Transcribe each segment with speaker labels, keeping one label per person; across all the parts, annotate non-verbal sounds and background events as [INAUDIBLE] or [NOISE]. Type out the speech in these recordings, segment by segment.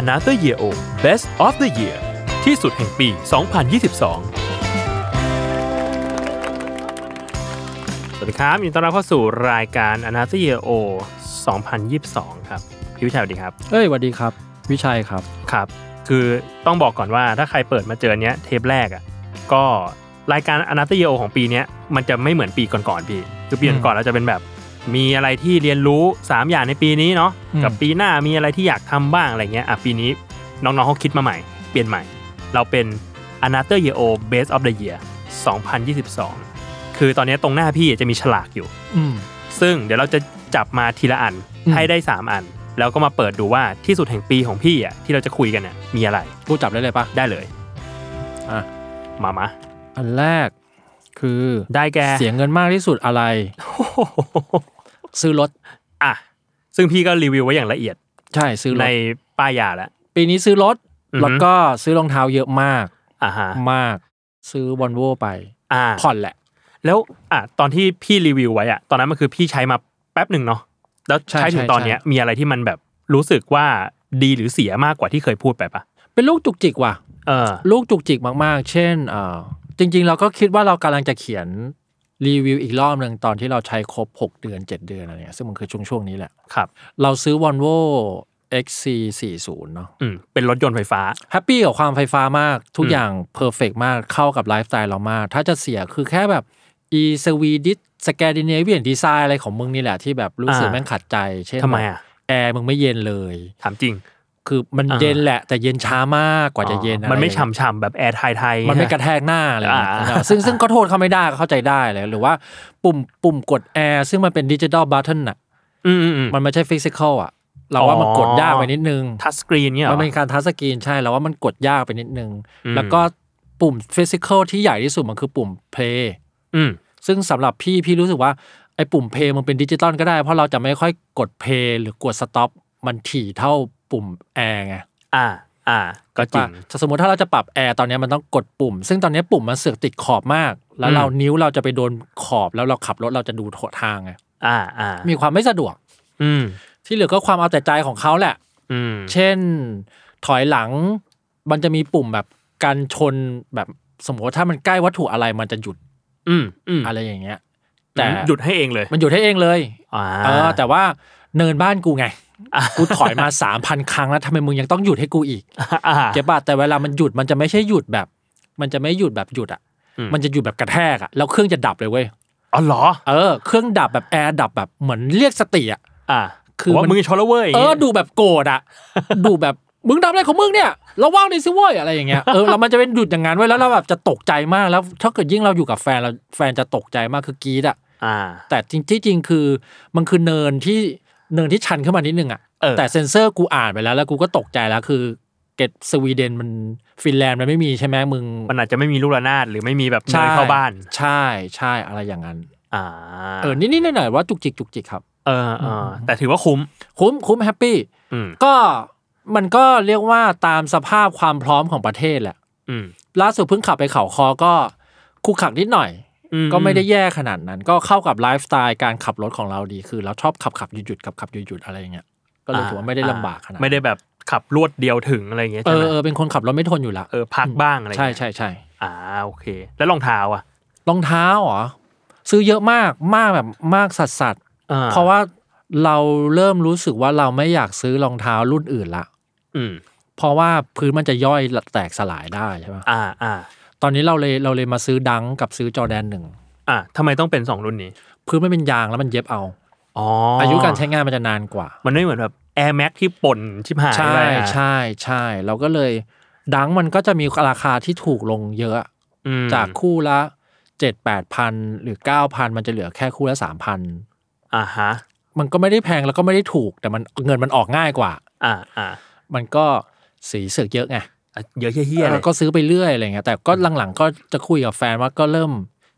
Speaker 1: Another Year O Best of the Year ที่สุดแห่งปี 2022 สวัสดีครับยินดีต้อนรับเข้าสู่รายการ Another Year O 2022 ครับ พี่วิชัยสวัสดีครับ
Speaker 2: เอ้ยสวัสดีครับ วิชัยครับ
Speaker 1: ครับ คือต้องบอกก่อนว่าถ้าใครเปิดมาเจอเนี้ยเทปแรกอะ่ะ ก็รายการ Another Year O ของปีเนี้ยมันจะไม่เหมือนปีก่อนๆพี่ คือปี
Speaker 2: อืม
Speaker 1: ก่อนๆเราจะเป็นแบบ มีอะไรที่เรียนรู้ 3 อย่างในปีนี้เนาะ
Speaker 2: อืม
Speaker 1: กับปีหน้ามีอะไรที่อยากทำบ้างอะไรเงี้ย อ่ะปีนี้น้องๆเขาคิดมาใหม่ เปลี่ยนใหม่ เราเป็น Another Year O Best of the Year 2022 คือตอนเนี้ยตรงหน้าพี่จะมีฉลากอยู่
Speaker 2: อืม
Speaker 1: ซึ่งเดี๋ยวเราจะจับมาทีละอัน
Speaker 2: อืม
Speaker 1: ให้ได้ 3 อัน แล้วก็มาเปิดดูว่าที่สุดแห่งปีของพี่อ่ะที่เราจะคุยกันเนี่ยมีอะไร
Speaker 2: กูจับได้เลยปะ
Speaker 1: ได้เลย
Speaker 2: อ่ะ
Speaker 1: มามา
Speaker 2: อันแรกคือ
Speaker 1: ได้แก
Speaker 2: เสียเงินมากที่สุดอะไร
Speaker 1: โอ้โห
Speaker 2: ซื้อรถ
Speaker 1: อ่ะซึ่งพี่ก็รีวิวไว้อย่างละเอียด
Speaker 2: ใช่ ซื้อร
Speaker 1: ใน
Speaker 2: ถ
Speaker 1: ป้ายยาแล้ว
Speaker 2: ปีนี้ซื้อรถ
Speaker 1: อือฮึ
Speaker 2: แล้วก็ซื้อรองเท้าเยอะมาก
Speaker 1: อ่าฮะ
Speaker 2: มาก ซื้อวอลโวไป
Speaker 1: อ่า
Speaker 2: ผ่อนแหละ
Speaker 1: แล้วอ่ะตอนที่พี่รีวิวไว้อ่ะตอนนั้นมันคือพี่ใช้มาแป๊บหนึ่งเนาะแล้วใช้
Speaker 2: ใช่
Speaker 1: ถึงตอนเนี้ย
Speaker 2: ใช่
Speaker 1: มีอะไรที่มันแบบรู้สึกว่าดีหรือเสียมากกว่าที่เคยพูดไปปะ
Speaker 2: เป็นลูกจุกจิกว่ะ
Speaker 1: เออ
Speaker 2: ลูกจุกจิกมากๆ เช่นเอ่อจริง ๆ เราก็คิดว่าเรากำลังจะเขียนรีวิวอีกรอบหนึ่งตอนที่เราใช้ครบ 6 เดือน 7 เดือนอะไรเงี้ยซึ่งมันคือช่วงช่วงๆนี้แหละ
Speaker 1: ครับ
Speaker 2: เราซื้อ Volvo XC40 เนาะ
Speaker 1: อืมเป็นรถยนต์ไฟฟ้า
Speaker 2: แฮปปี้กับความไฟฟ้ามากทุก
Speaker 1: อืม
Speaker 2: อย่างเพอร์เฟกมากเข้ากับไลฟ์สไตล์เรามาก ถ้าจะเสียคือแค่แบบอีสวีดิสสแกดิเนเวียนดีไซน์อะไรของมึงนี่แหละที่แบบรู้สึกแม่งขัดใจ เช่น
Speaker 1: ทำไมอ่ะ
Speaker 2: แอร์มึงไม่เย็นเลย
Speaker 1: ถามจริง
Speaker 2: คือมัน
Speaker 1: อ่า
Speaker 2: เย็นแหละ แต่เย็นช้ามากกว่าจะเย็น
Speaker 1: อ๋
Speaker 2: อะ
Speaker 1: อมันไม่
Speaker 2: รอย่างเงี้ย
Speaker 1: ฉ่ำๆแบบแอร์ไทยๆ
Speaker 2: มันไม่
Speaker 1: ใช่
Speaker 2: กระแทกหน้าอะไรอย่างเงี้ย
Speaker 1: อ่า
Speaker 2: นะซึ่งซึ่งก็โทษเขาไม่ได้ก็เข้าใจได้เลยหรือว่าปุ่มปุ่มกดแอร์ซึ่งมันเป็นดิจิตอลบัตเทิลน่ะ
Speaker 1: อืมอืม
Speaker 2: มันไม่ใช่ฟิสิกอลอ่ะเราว่ามันกดยากไปนิดนึง
Speaker 1: ทัชสกรีนเนี่ยหรอ
Speaker 2: มันเป็นการทัชสกรีนใช่แล้วว่ามันกดยากไปนิดนึง
Speaker 1: อืม
Speaker 2: แล้วก็ปุ่มฟิสิก a l ที่ใหญ่ที่สุดมันคือปุ่มเพลย์
Speaker 1: อืม
Speaker 2: ซึ่งสำหรับพี่พี่รู้สึกว่า ไอ้ปุ่มเพลย์มันเป็นดิจิตอลก็ได้ เพราะเราจะไม่ค่อยกดเพลย์หรือกดสต็อปมันถี่เท่าปุ่มแอร์ไง
Speaker 1: อ่า อ่า ก็จริง
Speaker 2: ป่ะสมมติถ้าเราจะปรับแอร์ตอนเนี้ยมันต้องกดปุ่ม ซึ่งตอนเนี้ยปุ่มมันเสือกติดขอบมาก แล้วเรา
Speaker 1: อืม
Speaker 2: นิ้วเราจะไปโดนขอบแล้วเราขับรถเราจะดูทางไง
Speaker 1: อ่าอ่า
Speaker 2: มีความไม่สะดวก
Speaker 1: อืม
Speaker 2: ที่เหลือก็ความเอาแต่ใจของเขาแหละ
Speaker 1: อืม
Speaker 2: เช่นถอยหลังมันจะมีปุ่มแบบการชนแบบสมมติว่าถ้ามันใกล้วัตถุอะไรมันจะหยุด
Speaker 1: อืมอืม
Speaker 2: อะไรอย่างเงี้ย แต่
Speaker 1: หยุดให้เองเลย
Speaker 2: มันหยุดให้เองเลย
Speaker 1: อ่า
Speaker 2: เออแต่ว่าเนินบ้านกูไง กูถอยมาสามพันครั้งแล้วทำไมมึงยังต้องหยุดให้กูอีก
Speaker 1: อ่า
Speaker 2: เก็บป่ะแต่เวลามันหยุดมันจะไม่ใช่หยุดแบบ มันจะไม่หยุดแบบหยุดอ่ะ
Speaker 1: อืม
Speaker 2: มันจะหยุดแบบกระแทกอ่ะแล้วเครื่องจะดับเลยเว้ย
Speaker 1: อ๋อเหรอ
Speaker 2: เออเครื่องดับแบบแอร์ดับแบบเหมือนเรียกสติอ่ะ
Speaker 1: อ่า
Speaker 2: คือ
Speaker 1: ว่า
Speaker 2: มัน
Speaker 1: มึงชนแล้วเว้ย
Speaker 2: เออดูแบบโกรธ
Speaker 1: [LAUGHS]
Speaker 2: อะ ดูแบบมึงทำอะไรของมึงเนี่ยระว่างดิซิเว้ยอะไรอย่างเงี้ยเออแล้วมันจะเป็นดุดอย่างนั้นไว้ยแล้วเราแบบจะตกใจมากแล้วถ้าเกิดยิ่งเราอยู่กับแฟนเราแฟนจะตกใจมากคือกรีดอะ
Speaker 1: อ่า
Speaker 2: แต่จริงที่จริงคือมันคือเนินที่เนินที่ชันขึ้นมานิดนึงอะ
Speaker 1: เออ
Speaker 2: แต่เซ็นเซอร์กูอ่านไปแล้ว แล้วกูก็ตกใจแล้วคือเกตสวีเดนมันฟินแลนด์มันไม่มีใช่ไหมมึง
Speaker 1: มันอาจจะไม่มีลูกระนาดหรือไม่มีแบบเนินเข้าบ้าน
Speaker 2: ใช่ใช่อะไรอย่างนั้น
Speaker 1: อ่า
Speaker 2: เออนิดนิดหน่อยหน่อยๆว่าจุกจิกจุกจิกครับ
Speaker 1: เออเออแต่ถือว่าคุ้ม
Speaker 2: คุ้มคุ้มแฮปปี้
Speaker 1: อืม
Speaker 2: ก็มันก็เรียกว่าตามสภาพความพร้อมของประเทศแหละ
Speaker 1: อืม
Speaker 2: ล่าสุดเพิ่งขับไปเขาคอก็คุกขักนิดหน่อย
Speaker 1: อื
Speaker 2: ก็ไม่ได้แย่ขนาดนั้น ก็เข้ากับไลฟ์สไตล์การขับรถของเราดีคือเราชอบขับขับหยุดหยุดขับขับหยุดหยุดอะไรอย่างเงี้ยก็เลยถือว่าไม่ได้ลำบากขนาดนั้น
Speaker 1: ไม่ได้แบบขับรวดเดียวถึงอะไรอย่างเงี้ย
Speaker 2: เอ
Speaker 1: ใช่ไห
Speaker 2: อ
Speaker 1: ม
Speaker 2: เออเป็นคนขับรถไม่ทนอยู่ละ
Speaker 1: เออพักบ้างอะไรอย่าง
Speaker 2: ใช่
Speaker 1: เงี้ย
Speaker 2: ใช่ใช่
Speaker 1: อ่าโอเค แล้วรองเท้าอ่ะ
Speaker 2: รองเท้าเหรอซื้อเยอะมากมากแบบมากสัดสัด
Speaker 1: อ่
Speaker 2: เพราะว่าเราเริ่มรู้สึกว่าเราไม่อยากซื้อรองเท้ารุ่นอื่นละ
Speaker 1: อืม
Speaker 2: เพราะว่าพื้นมันจะย่อยแตกสลายได้ใช่ไหม
Speaker 1: อ่าอ่า
Speaker 2: ตอนนี้เราเลยเราเลยมาซื้อดังกับซื้อจอแดนหนึ่ง
Speaker 1: อ่าทำไมต้องเป็นสองรุ่นนี้
Speaker 2: พื้นมันเป็นยางแล้วมันเย็บเอา
Speaker 1: อ๋อ
Speaker 2: อา
Speaker 1: อา
Speaker 2: ยุการใช้งานมันจะนานกว่า
Speaker 1: มันไม่เหมือนแบบ Air Max ที่ปนชิบหาย
Speaker 2: ใช่
Speaker 1: ไปอ่ะ
Speaker 2: ใช่ใช่เราก็เลยดังมันก็จะมีราคาที่ถูกลงเยอะ
Speaker 1: อืม
Speaker 2: จากคู่ละเจ็ดแปดพันหรือเก้าพันมันจะเหลือแค่คู่ละสามพัน
Speaker 1: อ่าฮะ
Speaker 2: มันก็ไม่ได้แพงแล้วก็ไม่ได้ถูก แต่มันเงินมันออกง่ายกว่า
Speaker 1: อ่าอ่า
Speaker 2: มันก็สีเสือกเยอะไง
Speaker 1: อ่ะเยอะเฮี้ยๆเล
Speaker 2: แล้
Speaker 1: ยว
Speaker 2: ก็ซื้อไปเรื่อยอะไรเงี้ยแต่ก็หลังๆก็จะคุยกับแฟนว่าก็เริ่ม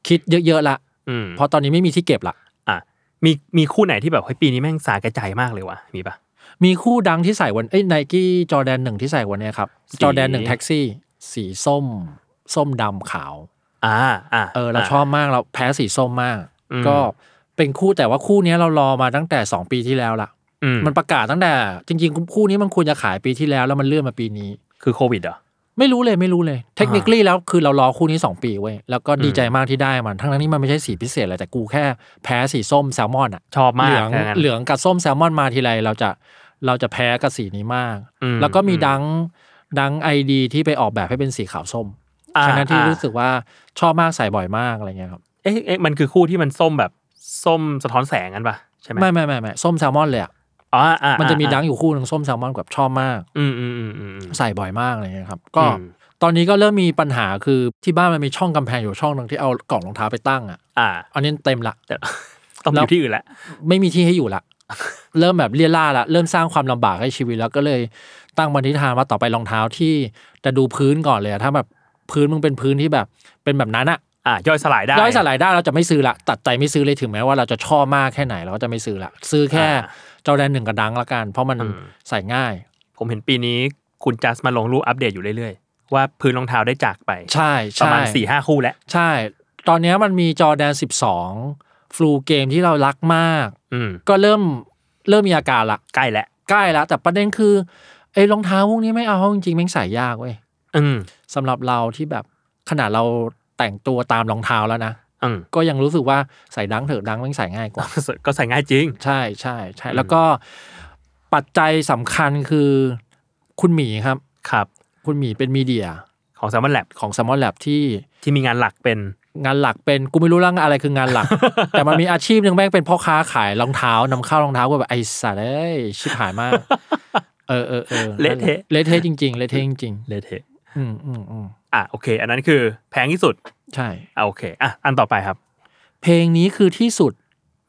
Speaker 2: คิดเยอะๆละ
Speaker 1: อืม
Speaker 2: เพราะตอนนี้ไม่มีที่เก็บละ
Speaker 1: อ่ะมีมีคู่ไหนที่แบบเฮ้ยปีนี้แม่งสากระจายมากเลยวะมีปะ
Speaker 2: มีคู่ดังที่ใส่วันเอ้ยไนกี้จอแดนหนึ่งที่ใส่วันเนี้ยครับ
Speaker 1: สี
Speaker 2: จอแดนหนึ่งแท็กซี่ สีส้ม ส้มดำขาว
Speaker 1: อ่าอ่า
Speaker 2: เออเราชอบมากเราแพ้สีส้มมาก
Speaker 1: อืม
Speaker 2: ก็เป็นคู่แต่ว่าคู่เนี้ยเรารอมาตั้งแต่ 2 ปีที่แล้วละ
Speaker 1: อืม
Speaker 2: มันประกาศตั้งแต่ จริงๆ คู่นี้มันควรจะขายปีที่แล้วแล้วมันเลื่อนมาปีนี้
Speaker 1: คือโควิดเหรอ
Speaker 2: ไม่รู้เลยไม่รู้เลยเทคนิคลี่แล้วคือเรารอคู่นี้ 2 ปีเว้ยแล้วก็ดีใจมากที่ได้มันทั้งนั้นนี่มันไม่ใช่สีพิเศษอะไรแต่กูแค่แพ้สีส้มแซลมอนอะ
Speaker 1: ชอบมาก
Speaker 2: เหลือง
Speaker 1: ถ้างั้น
Speaker 2: เหลืองกับส้มแซลมอนมาทีไรเราจะเราจะแพ้กับสีนี้มาก
Speaker 1: อืม
Speaker 2: แล้วก็มี
Speaker 1: อืม
Speaker 2: ดังดังไอดีที่ไปออกแบบให้เป็นสีขาวส้ม
Speaker 1: อ่า
Speaker 2: ทั้งนั้นที่
Speaker 1: อ่า
Speaker 2: รู้สึกว่าชอบมากใส่บ่อยมากอะไรเงี้ยครับ
Speaker 1: เอ๊ะเอ๊ะมันคือคู่ที่มันส้มแบบส้มสะท้อนแสงกันปะใช่ไหม
Speaker 2: ไม่ไม่ไม่ไม่ส้มแซลมอนเลยอ่ะ
Speaker 1: อ๋ออ่าอ่า
Speaker 2: มันจะมีดั
Speaker 1: อ่าง
Speaker 2: อยู่คู่หนึ่งส้มแซลมอนแบบชอบมาก
Speaker 1: อืมอืมอืมอืมอืม
Speaker 2: ใส่บ่อยมากอะไรเงี้ยครับ ก็
Speaker 1: อืม
Speaker 2: ตอนนี้ก็เริ่มมีปัญหาคือที่บ้านมันมีช่องกำแพงอยู่ช่องหนึ่งที่เอากล่องรองเท้าไปตั้งอ่ะ
Speaker 1: อ่า
Speaker 2: อันนี้เต็มละ
Speaker 1: แต่ [LAUGHS] ต้องอ
Speaker 2: แล้ว
Speaker 1: ยู่ที่อื่นละ
Speaker 2: ไม่มีที่ให้อยู่ละ [LAUGHS] เริ่มแบบเลี่ยล่าละเริ่มสร้างความลำบากให้ชีวิตแล้วก็เลยตั้งบันทิฐานว่าต่อไปรองเท้าที่จะดูพื้นก่อนเลยอะถ้าแบบพื้นมึงเป็นพื้นที่แบบเป็นแบบนั้นอ่ะ
Speaker 1: อ่าย่อยสลายได้
Speaker 2: ย่อยสลายได้เราจะไม่ซื้อละตัดใจไม่ซื้อเลยถึงแม้ว่าเราจะชอบมากแค่ไหนเราก็จะไม่ซื้อละซื้อแค่
Speaker 1: อ่า
Speaker 2: จอแดนหนึ่งกับดังละกัน เพราะมัน
Speaker 1: อืม
Speaker 2: ใส่ง่าย
Speaker 1: ผมเห็นปีนี้คุณจัสมาลงรูปอัปเดตอยู่เรื่อยๆ ว่าพื้นรองเท้าได้จากไป
Speaker 2: ใช่
Speaker 1: ป
Speaker 2: ใช่
Speaker 1: ระมาณสี่ห้าคู่แล้ว
Speaker 2: ใช่ ตอนเนี้ยมันมีจอแดน 12 ฟลูเกมที่เรารักมาก
Speaker 1: อืม
Speaker 2: ก็เริ่มเริ่มมีอาการละ
Speaker 1: ใกล้แล้ว
Speaker 2: ใกล้แล้ว แต่ประเด็นคือไอ้รองเท้าพวกนี้ไม่เอาจริงๆแม่งใส่ยากเว้ย
Speaker 1: อืม
Speaker 2: สำหรับเราที่แบบขนาดเราแต่งตัวตามรองเท้าแล้วนะ
Speaker 1: อืม [LAUGHS]
Speaker 2: ก็ยังรู้สึกว่าใส่ดังเถอะดังแม่งใส่ง่ายกว่า
Speaker 1: ก็ใส่ง่ายจริง
Speaker 2: ใช่ใช่ใช่แล้วก็ปัจจัยสำคัญคือคุณหมีครับ
Speaker 1: ครับ
Speaker 2: คุณหมีเป็นมีเดีย
Speaker 1: ของ s ซ l m o n Lab
Speaker 2: ของ s ซมมอนแลบที่
Speaker 1: ที่มีงานหลักเป็น
Speaker 2: งานหลักเป็นกูไม่รู้ร่างอะไรคืองาน
Speaker 1: [LAUGHS]
Speaker 2: หลัก แต่มันมีอาชีพหนึ่งแม่งเป็นพ่อค้าขายรองเท้านำเข้ารองเท้าก็แบบไอ้สัตว์เอ้ยชิบหายมาก เออเออเออ
Speaker 1: เละเทะ
Speaker 2: เละเทะจริงๆเละเทะจริง
Speaker 1: เลเทะ
Speaker 2: ๆอืมอืมอืม
Speaker 1: อ่ะโอเค อันนั้นคือแพงที่สุด
Speaker 2: ใช่
Speaker 1: อ่ะโอเคอ่ะอันต่อไปครับ
Speaker 2: เพลงนี้คือที่สุด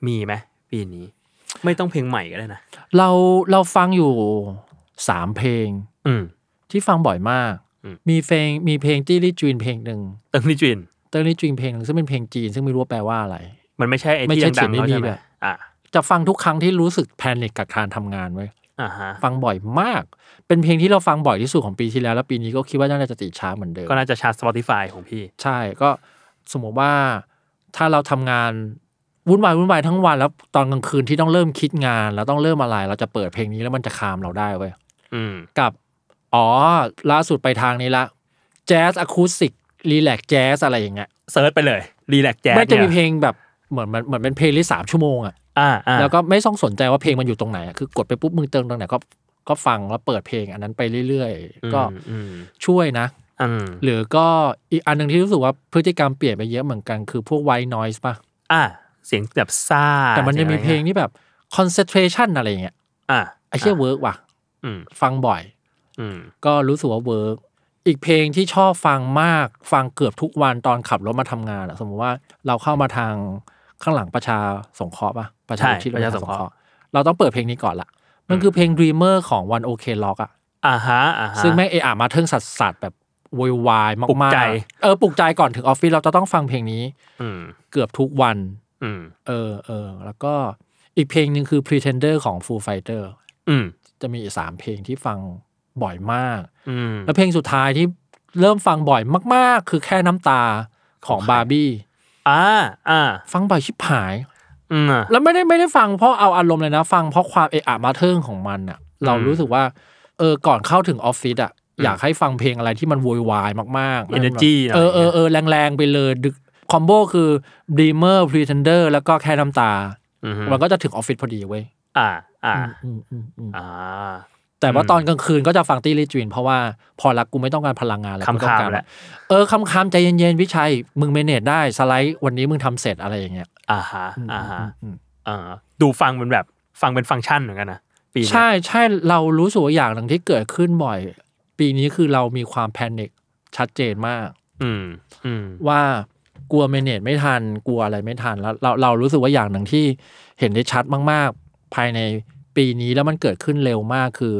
Speaker 1: มีไหมปีนี้ ไม่ต้องเพลงใหม่ก็ได้นะ
Speaker 2: เราเราฟังอยู่สามเพลง
Speaker 1: อืม
Speaker 2: ที่ฟังบ่อยมาก
Speaker 1: อืม
Speaker 2: มีเพลงมีเพลงตี้ลี่จีนเพลงหนึ่ง
Speaker 1: เติงลิจิน
Speaker 2: เติ้ลลี่จีนเพลงหนึ่งซึ่งเป็นเพลงจีนซึ่งไม่รู้ว่าแปลว่าอะไร
Speaker 1: มันไม่ใช่ไอ้
Speaker 2: ไม่
Speaker 1: ที่
Speaker 2: ใช่
Speaker 1: ดังๆ
Speaker 2: เสียงไม่
Speaker 1: เขา
Speaker 2: ดี
Speaker 1: ใช่ไหม
Speaker 2: ด้วย
Speaker 1: อ่า
Speaker 2: จะฟังทุกครั้งที่รู้สึกแพนิคกับการทำงานไว้ย
Speaker 1: อ่าฮะ
Speaker 2: ฟังบ่อยมาก เป็นเพลงที่เราฟังบ่อยที่สุดของปีที่แล้ว แล้วปีนี้ก็คิดว่าน่าจะติดชาร์ตเหมือนเดิม
Speaker 1: ก็น่าจะชาร์จ Spotify ของพี่
Speaker 2: ใช่ ก็สมมติว่าถ้าเราทำงานวุ่นวายวุ่นวายทั้งวัน แล้วตอนกลางคืนที่ต้องเริ่มคิดงาน แล้วต้องเริ่มอะไร เราจะเปิดเพลงนี้แล้วมันจะคามเราได้เว้ย
Speaker 1: อืม
Speaker 2: กับ อ๋อ ล่าสุดไปทางนี้ละ แจ๊สอะคูสติก รีแลกแจ๊สอะไรอย่างเงี้ย
Speaker 1: เซิร์ชไปเลย รีแลกแจ๊ส
Speaker 2: ไม่จะมีเพลงแบบเหมือนมันเหมือนเป็นเพลงลิสามชั่วโมงอะ
Speaker 1: อ่าอ่า
Speaker 2: แล้วก็ไม่ต้องสนใจว่าเพลงมันอยู่ตรงไหนอะคือกดไปปุ๊บมึงเติมตรงไหนก็ก็ฟังแล้วเปิดเพลงอันนั้นไปเรื่อยๆ ก็
Speaker 1: อืม
Speaker 2: ช่วยนะ
Speaker 1: อืม
Speaker 2: หรือก็อีกอันหนึ่งที่รู้สึกว่าพฤติกรรมเปลี่ยนไปเยอะเหมือนกันคือพวกไวน์นอยส์ป่ะ
Speaker 1: อ่า เสียงแบบซ่า
Speaker 2: แต่มันจะมีเพลง
Speaker 1: สียอไรงี้ย
Speaker 2: ที่แบบคอนเซนเทรชันอะไรอย่างเงี้ย
Speaker 1: อ่า
Speaker 2: ไอ้เชี่ยเวิร์กว่ะ
Speaker 1: อืม
Speaker 2: ฟังบ่อย
Speaker 1: อืม
Speaker 2: ก็รู้สึกว่าเวิร์กอีกเพลงที่ชอบฟังมากฟังเกือบทุกวันตอนขับรถมาทำงานอะสมมติว่าเราเข้ามาทางข้างหลังประชาสงเคราะห์ป่ะประชา
Speaker 1: ใช่
Speaker 2: อุที่
Speaker 1: ประชาสงเคราะห์
Speaker 2: เราต้องเปิดเพลงนี้ก่อนละมันคือเพลง Dreamer ของ One OK Rock อ่ะ
Speaker 1: อ่าฮะอ่าฮะ
Speaker 2: ซึ่งแม่งเออามาเทิงสัตสัตแบบโวยวายมาก
Speaker 1: ป
Speaker 2: ๆ
Speaker 1: ลุกใจ
Speaker 2: เออปลุกใจก่อนถึงออฟฟิศเราจะต้องฟังเพลงนี้
Speaker 1: อืม
Speaker 2: เกือบทุกวัน
Speaker 1: อืม
Speaker 2: เออเออ แล้วก็อีกเพลงหนึ่งคือ Pretender ของ Foo Fighter
Speaker 1: อืม
Speaker 2: จะมีอีกสามเพลงที่ฟังบ่อยมาก
Speaker 1: อืม
Speaker 2: แล้วเพลงสุดท้ายที่เริ่มฟังบ่อยมาก ๆ คือแค่น้ำตาของบาร์บี้
Speaker 1: อ่าอ่า
Speaker 2: ฟังบ่อยชิบหาย
Speaker 1: อืมอ่ะ
Speaker 2: แล้วไม่ได้ไม่ได้ฟังเพราะเอาอารมณ์เลยนะ ฟังเพราะความเอะอะมาเทิงของมันอะเรารู้สึกว่า เออก่อนเข้าถึงออฟฟิศอะอยากให้ฟังเพลงอะไรที่มันโวยวายมากๆ
Speaker 1: Energy
Speaker 2: เออเออเออแรงๆไปเลยดึก คอมโบคือ Dreamer Pretender แล้วก็แค่น้ำตา
Speaker 1: อือฮึ
Speaker 2: มันก็จะถึงออฟฟิศพอดีเว้ย
Speaker 1: อ่าอ่า
Speaker 2: อืมอืมอืม
Speaker 1: อ่า
Speaker 2: แต่ว่าตอนกลางคืนก็จะฟังตี้ลิจินเพราะว่าพอรักกูไม่ต้องการพลังงานอะไร
Speaker 1: คำๆ
Speaker 2: กูต้องการ
Speaker 1: แหละ
Speaker 2: เออคำคำๆใจเย็นๆวิชัย มึงเมเนจได้สไลด์วันนี้มึงทำเสร็จอะไรอย่างเงี้ย
Speaker 1: อ่าฮะอ่าฮะ
Speaker 2: อืม
Speaker 1: เออดูฟังเป็นแบบฟังเป็นฟังก์ชันเหมือนกันนะปีเนี้ย
Speaker 2: ใช่ใช่เรารู้สึกว่าอย่างหนึ่งที่เกิดขึ้นบ่อย ปีนี้คือเรามีความแพนิคชัดเจนมาก
Speaker 1: อืมอืม
Speaker 2: ว่ากลัวเมเนจไม่ทัน กลัวอะไรไม่ทันแล้วเราเรารู้สึกว่าอย่างหนึ่งที่เห็นได้ชัดมากๆ ภายในปีนี้แล้วมันเกิดขึ้นเร็วมากคือ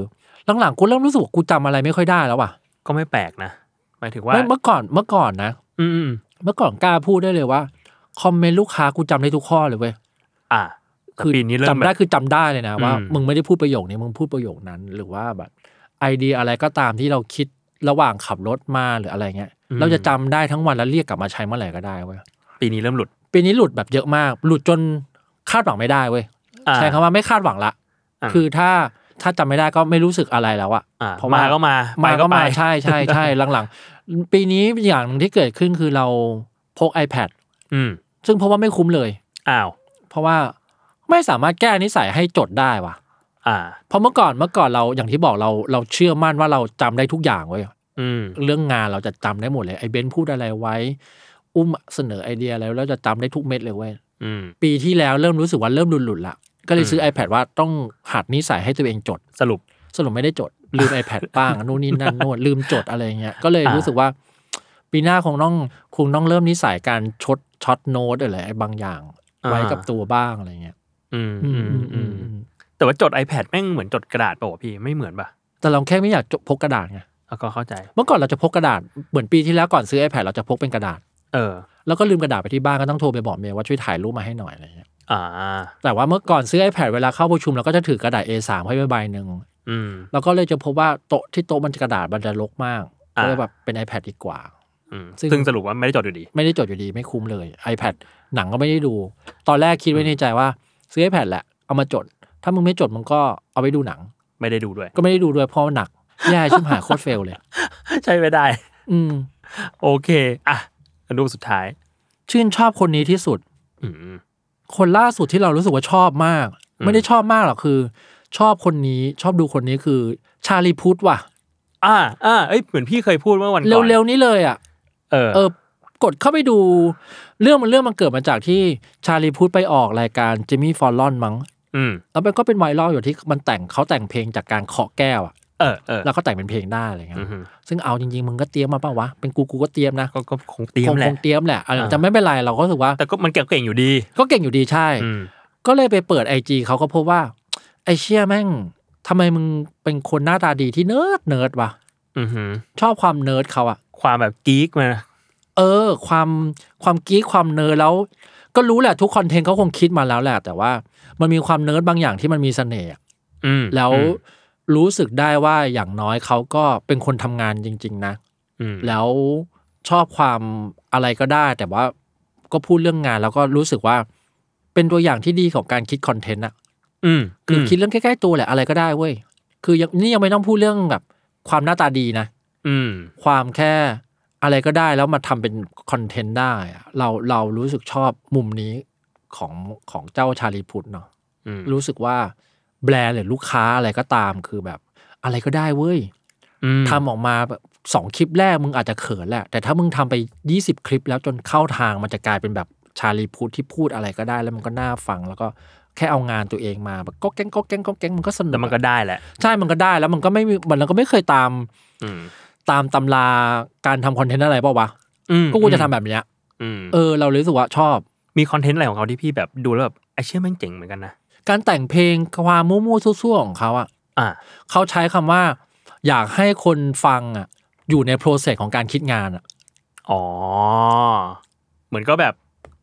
Speaker 2: หลังๆกูเริ่มรู้สึกว่ากูจำอะไรไม่ค่อยได้แล้วว่ะ
Speaker 1: ก็ไม่แปลกนะหมายถึงว่า
Speaker 2: เมื่อเมื่อก่อนเมื่อก่อนนะ
Speaker 1: อืมอืม
Speaker 2: เมื่อก่อนกล้าพูดได้เลยว่าคอมเมนต์ลูกค้ากูจำได้ทุกข้อเลยเว้ย
Speaker 1: อ่าแต่ปีนี้เริ่ม
Speaker 2: จำได้
Speaker 1: แบบ
Speaker 2: คือจำได้เลยนะว่า
Speaker 1: อืม
Speaker 2: มึงไม่ได้พูดประโยคนี้มึงพูดประโยคนั้น หรือว่าแบบไอเดียอะไรก็ตามที่เราคิดระหว่างขับรถมาหรืออะไรเงี้ย เราจะจำได้ทั้งวันแล้วเรียกกลับมาใช้เมื่อไหร่ก็ได้เว้ย
Speaker 1: ปีนี้เริ่มหลุด
Speaker 2: ปีนี้หลุดแบบเยอะมาก หลุดจนคาดหวังไม่ได้เว้ย
Speaker 1: อ่า
Speaker 2: ใช้คำว่าไม่คาดหวังละ
Speaker 1: อ่ะ
Speaker 2: คือถ้าถ้าจำไม่ได้ก็ไม่รู้สึกอะไรแล้วอะ
Speaker 1: อ่า
Speaker 2: เพราะ
Speaker 1: มา
Speaker 2: ว่า
Speaker 1: ก็มาไป
Speaker 2: มา
Speaker 1: ก็
Speaker 2: ก็
Speaker 1: ไป
Speaker 2: มาใช่ใช่ใช่ หลังๆ ปีนี้อย่างหนึ่งที่เกิดขึ้นคือเราพก iPad
Speaker 1: อืม
Speaker 2: ซึ่งเพราะว่าไม่คุ้มเลย
Speaker 1: อ้าว
Speaker 2: เพราะว่าไม่สามารถแก้นิสัยให้จดได้ว่ะ
Speaker 1: อ่า
Speaker 2: เพราะเมื่อก่อนเมื่อก่อนเราอย่างที่บอกเราเราเชื่อมั่นว่าเราจำได้ทุกอย่างเว้ย
Speaker 1: อืม
Speaker 2: เรื่องงานเราจะจำได้หมดเลยไอ้เบนซ์พูดอะไรไว้ อุ้มเสนอไอเดียอะไรแล้วเราจะจำได้ทุกเม็ดเลยเว้ย
Speaker 1: อืม
Speaker 2: ปีที่แล้วเริ่มรู้สึกว่าเริ่มหลุดๆละก็เลยซื้อ iPad ว่าต้องหัดนิสัยให้ตัวเองจด
Speaker 1: สรุป
Speaker 2: สรุปไม่ได้จด ลืม iPad บ้างนู่นนี่นั่นโน่นลืมจดอะไรเงี้ยก็เลย
Speaker 1: อ่ารู้
Speaker 2: รู้สึกว่า ปีหน้าคงต้องคงต้องเริ่มนิสัยการชดช็อตโน้ตอะไรบางอย่าง ไว้กับตัวบ้างอะไรเงี้ย
Speaker 1: อืม
Speaker 2: อื
Speaker 1: อื
Speaker 2: ม
Speaker 1: ม
Speaker 2: อืม
Speaker 1: อื
Speaker 2: อื
Speaker 1: ม
Speaker 2: มอืม
Speaker 1: แต่ว่าจด iPad แม่งเหมือนจดกระดาษเปล่าวะพี่ไม่เหมือนป่ะ
Speaker 2: แต่เราแค่ไม่อยากจดพกกระดาษไง
Speaker 1: แล้วก็เข้าใจ
Speaker 2: เมื่อก่อนเราจะพกกระดาษเหมือนปีที่แล้วก่อนซื้อ iPad เราจะพกเป็นกระดาษ
Speaker 1: เออ
Speaker 2: แล้วก็ลืมกระดาษไปที่บ้านก็ต้องโทรไปบอกเมย์ว่าช่วยถ่ายรูปมาให้หน่อยอะไรเงี้ย
Speaker 1: อ่า
Speaker 2: แต่ว่าเมื่อก่อนซื้อ iPad เวลาเข้าประชุมเราก็จะถือกระดาษ A3 ให้ใบหนึ่ง
Speaker 1: อืม
Speaker 2: เราก็เลยจะพบว่าโต๊ะที่โต๊ะมันจะกระดาษมันจะรกมาก
Speaker 1: อ่า
Speaker 2: ก็เลยแบบเป็น iPad ดีกว่า
Speaker 1: อืม
Speaker 2: ซึ่ง
Speaker 1: ซึ่งสรุปว่าไม่ได้จดอยู่ดี
Speaker 2: ไม่ได้จดอยู่ดีไม่คุ้มเลย iPad หนังก็ไม่ได้ดู ตอนแรกคิดไว้ในใจว่าซื้อ iPad แหละเอามาจด ถ้ามึงไม่จดมึงก็เอาไปดูหนัง
Speaker 1: ไม่ได้ดู
Speaker 2: [LAUGHS]
Speaker 1: ด้วย
Speaker 2: ก็ไม่ได้ดูด้วยเพราะหนักแย่ชิบหายโคตรเฟลเลย [LAUGHS]
Speaker 1: ใช่ไม่ได้
Speaker 2: อืม
Speaker 1: โอเค อ่ะอันดูสุดท้าย
Speaker 2: ชื่นชอบคนนี้ที่สุด
Speaker 1: อืม
Speaker 2: คนล่าสุดที่เรารู้สึกว่าชอบมาก
Speaker 1: อืม
Speaker 2: ไม่ได้ชอบมากหรอกคือ ชอบคนนี้ชอบดูคนนี้คือชาลีพุทธว่ะ
Speaker 1: อ่าอ่าเอ้ยเหมือนพี่เคยพูดเมื่อวันก่อน
Speaker 2: เร็วๆนี้เลยอ่ะ
Speaker 1: เออ
Speaker 2: เออกดเข้าไปดู เรื่องมันเรื่องมันเกิดมาจากที่ชาลีพุทธไปออกรายการจิมมี่ฟอลลอนมั้ง
Speaker 1: อืม
Speaker 2: แล้วมันก็เป็นไวรัลอยู่ที่มันแต่งเขาแต่งเพลงจากการเคาะแก้วอ่ะ
Speaker 1: เออเออ
Speaker 2: แล้วก็แต่งเป็นเพลงได้อะไร
Speaker 1: อื
Speaker 2: เงี้
Speaker 1: ม
Speaker 2: ยซึ่งเอาจริงๆมึงก็เตรียมมาเปล่าวะเป็นกูกูก็เตรียมนะ
Speaker 1: ก็ก็คงเตรียมแห
Speaker 2: ค
Speaker 1: ละ
Speaker 2: งเตรียมแหละเออ
Speaker 1: อ่า
Speaker 2: แต่ไม่เป็นไรเราก็รู้สึกว่า
Speaker 1: แต่ก็มันเก่งเก่งอยู่ดี
Speaker 2: ก็เก่งอยู่ดีใช่
Speaker 1: อืม
Speaker 2: ก็เลยไปเปิดไอจเขาก็พบว่า ไอเชี่ยแม่งทำไมมึงเป็นคนหน้าตาดีที่เนิร์ดเนิร์ดวะ
Speaker 1: อือหือ
Speaker 2: ชอบความเนิร์ดเขาอะ
Speaker 1: ความแบบกี๊กมา
Speaker 2: เออ ความความกี้ความเนิร์ดแล้ว ก็รู้แหละทุกคอนเทนต์เขาคงคิดมาแล้วแหละ แต่ว่ามันมีความเนิร์ดบางอย่างที่มันมีเสน่ห์อะ
Speaker 1: อืม
Speaker 2: แล้ว
Speaker 1: อืม
Speaker 2: รู้สึกได้ว่าอย่างน้อยเขาก็เป็นคนทำงานจริง ๆ นะ
Speaker 1: อืม
Speaker 2: แล้วชอบความอะไรก็ได้ แต่ว่าก็พูดเรื่องงานแล้วก็รู้สึกว่า เป็นตัวอย่างที่ดีของการคิดคอนเทนต์อะ
Speaker 1: อืม
Speaker 2: คือ
Speaker 1: ม
Speaker 2: คิดเรื่องใกล้ๆตัวแหละอะไรก็ได้เว้ย คือยังนี่ยังไม่ต้องพูดเรื่องแบบความหน้าตาดีนะ
Speaker 1: อืม
Speaker 2: ความแค่อะไรก็ได้แล้วมาทำเป็นคอนเทนต์ได้อะเราเรารู้สึกชอบมุมนี้ของของเจ้าชาลีพุทธเนาะ
Speaker 1: อืม
Speaker 2: รู้สึกว่าแบรนด์หรือลูกค้าอะไรก็ตามคือแบบ อะไรก็ได้เว้ย
Speaker 1: อืม
Speaker 2: ทำออกมาแบบสองคลิปแรกมึงอาจจะเขินแหละ แต่ถ้ามึงทำไป 20 คลิปแล้วจนเข้าทางมันจะกลายเป็นแบบชาลีพุทธที่พูดอะไรก็ได้แล้วมันก็น่าฟังแล้วก็แค่เอางานตัวเองมาแบบก็แก๊งก็แก๊งก็แก๊งมันก็สนุก
Speaker 1: แต่มันก็
Speaker 2: อะ
Speaker 1: ได้แหละ
Speaker 2: ใช่มันก็ได้แล้วมันก็ไม่มีมันก็ไม่เคยตาม
Speaker 1: อืม
Speaker 2: ตามตำราการทำคอนเทนต์อะไรเปล่าวะ
Speaker 1: อืม
Speaker 2: ก็กูจะทำแบบเนี้ย
Speaker 1: อืม
Speaker 2: เออเราเลยรู้สึกว่าชอบ
Speaker 1: มีคอนเทนต์อะไรของเขาที่พี่แบบดูแล้วแบบไอเชื่อแม่งเจ๋งเหมือนกันนะ
Speaker 2: การแต่งเพลงความมั่วๆซั่วๆของเขาอะ
Speaker 1: อ่า
Speaker 2: เขาใช้คำว่า อยากให้คนฟังอ่ะอยู่ในโปรเซสของการคิดงานอ่ะ
Speaker 1: อ๋อ เหมือนก็แบบ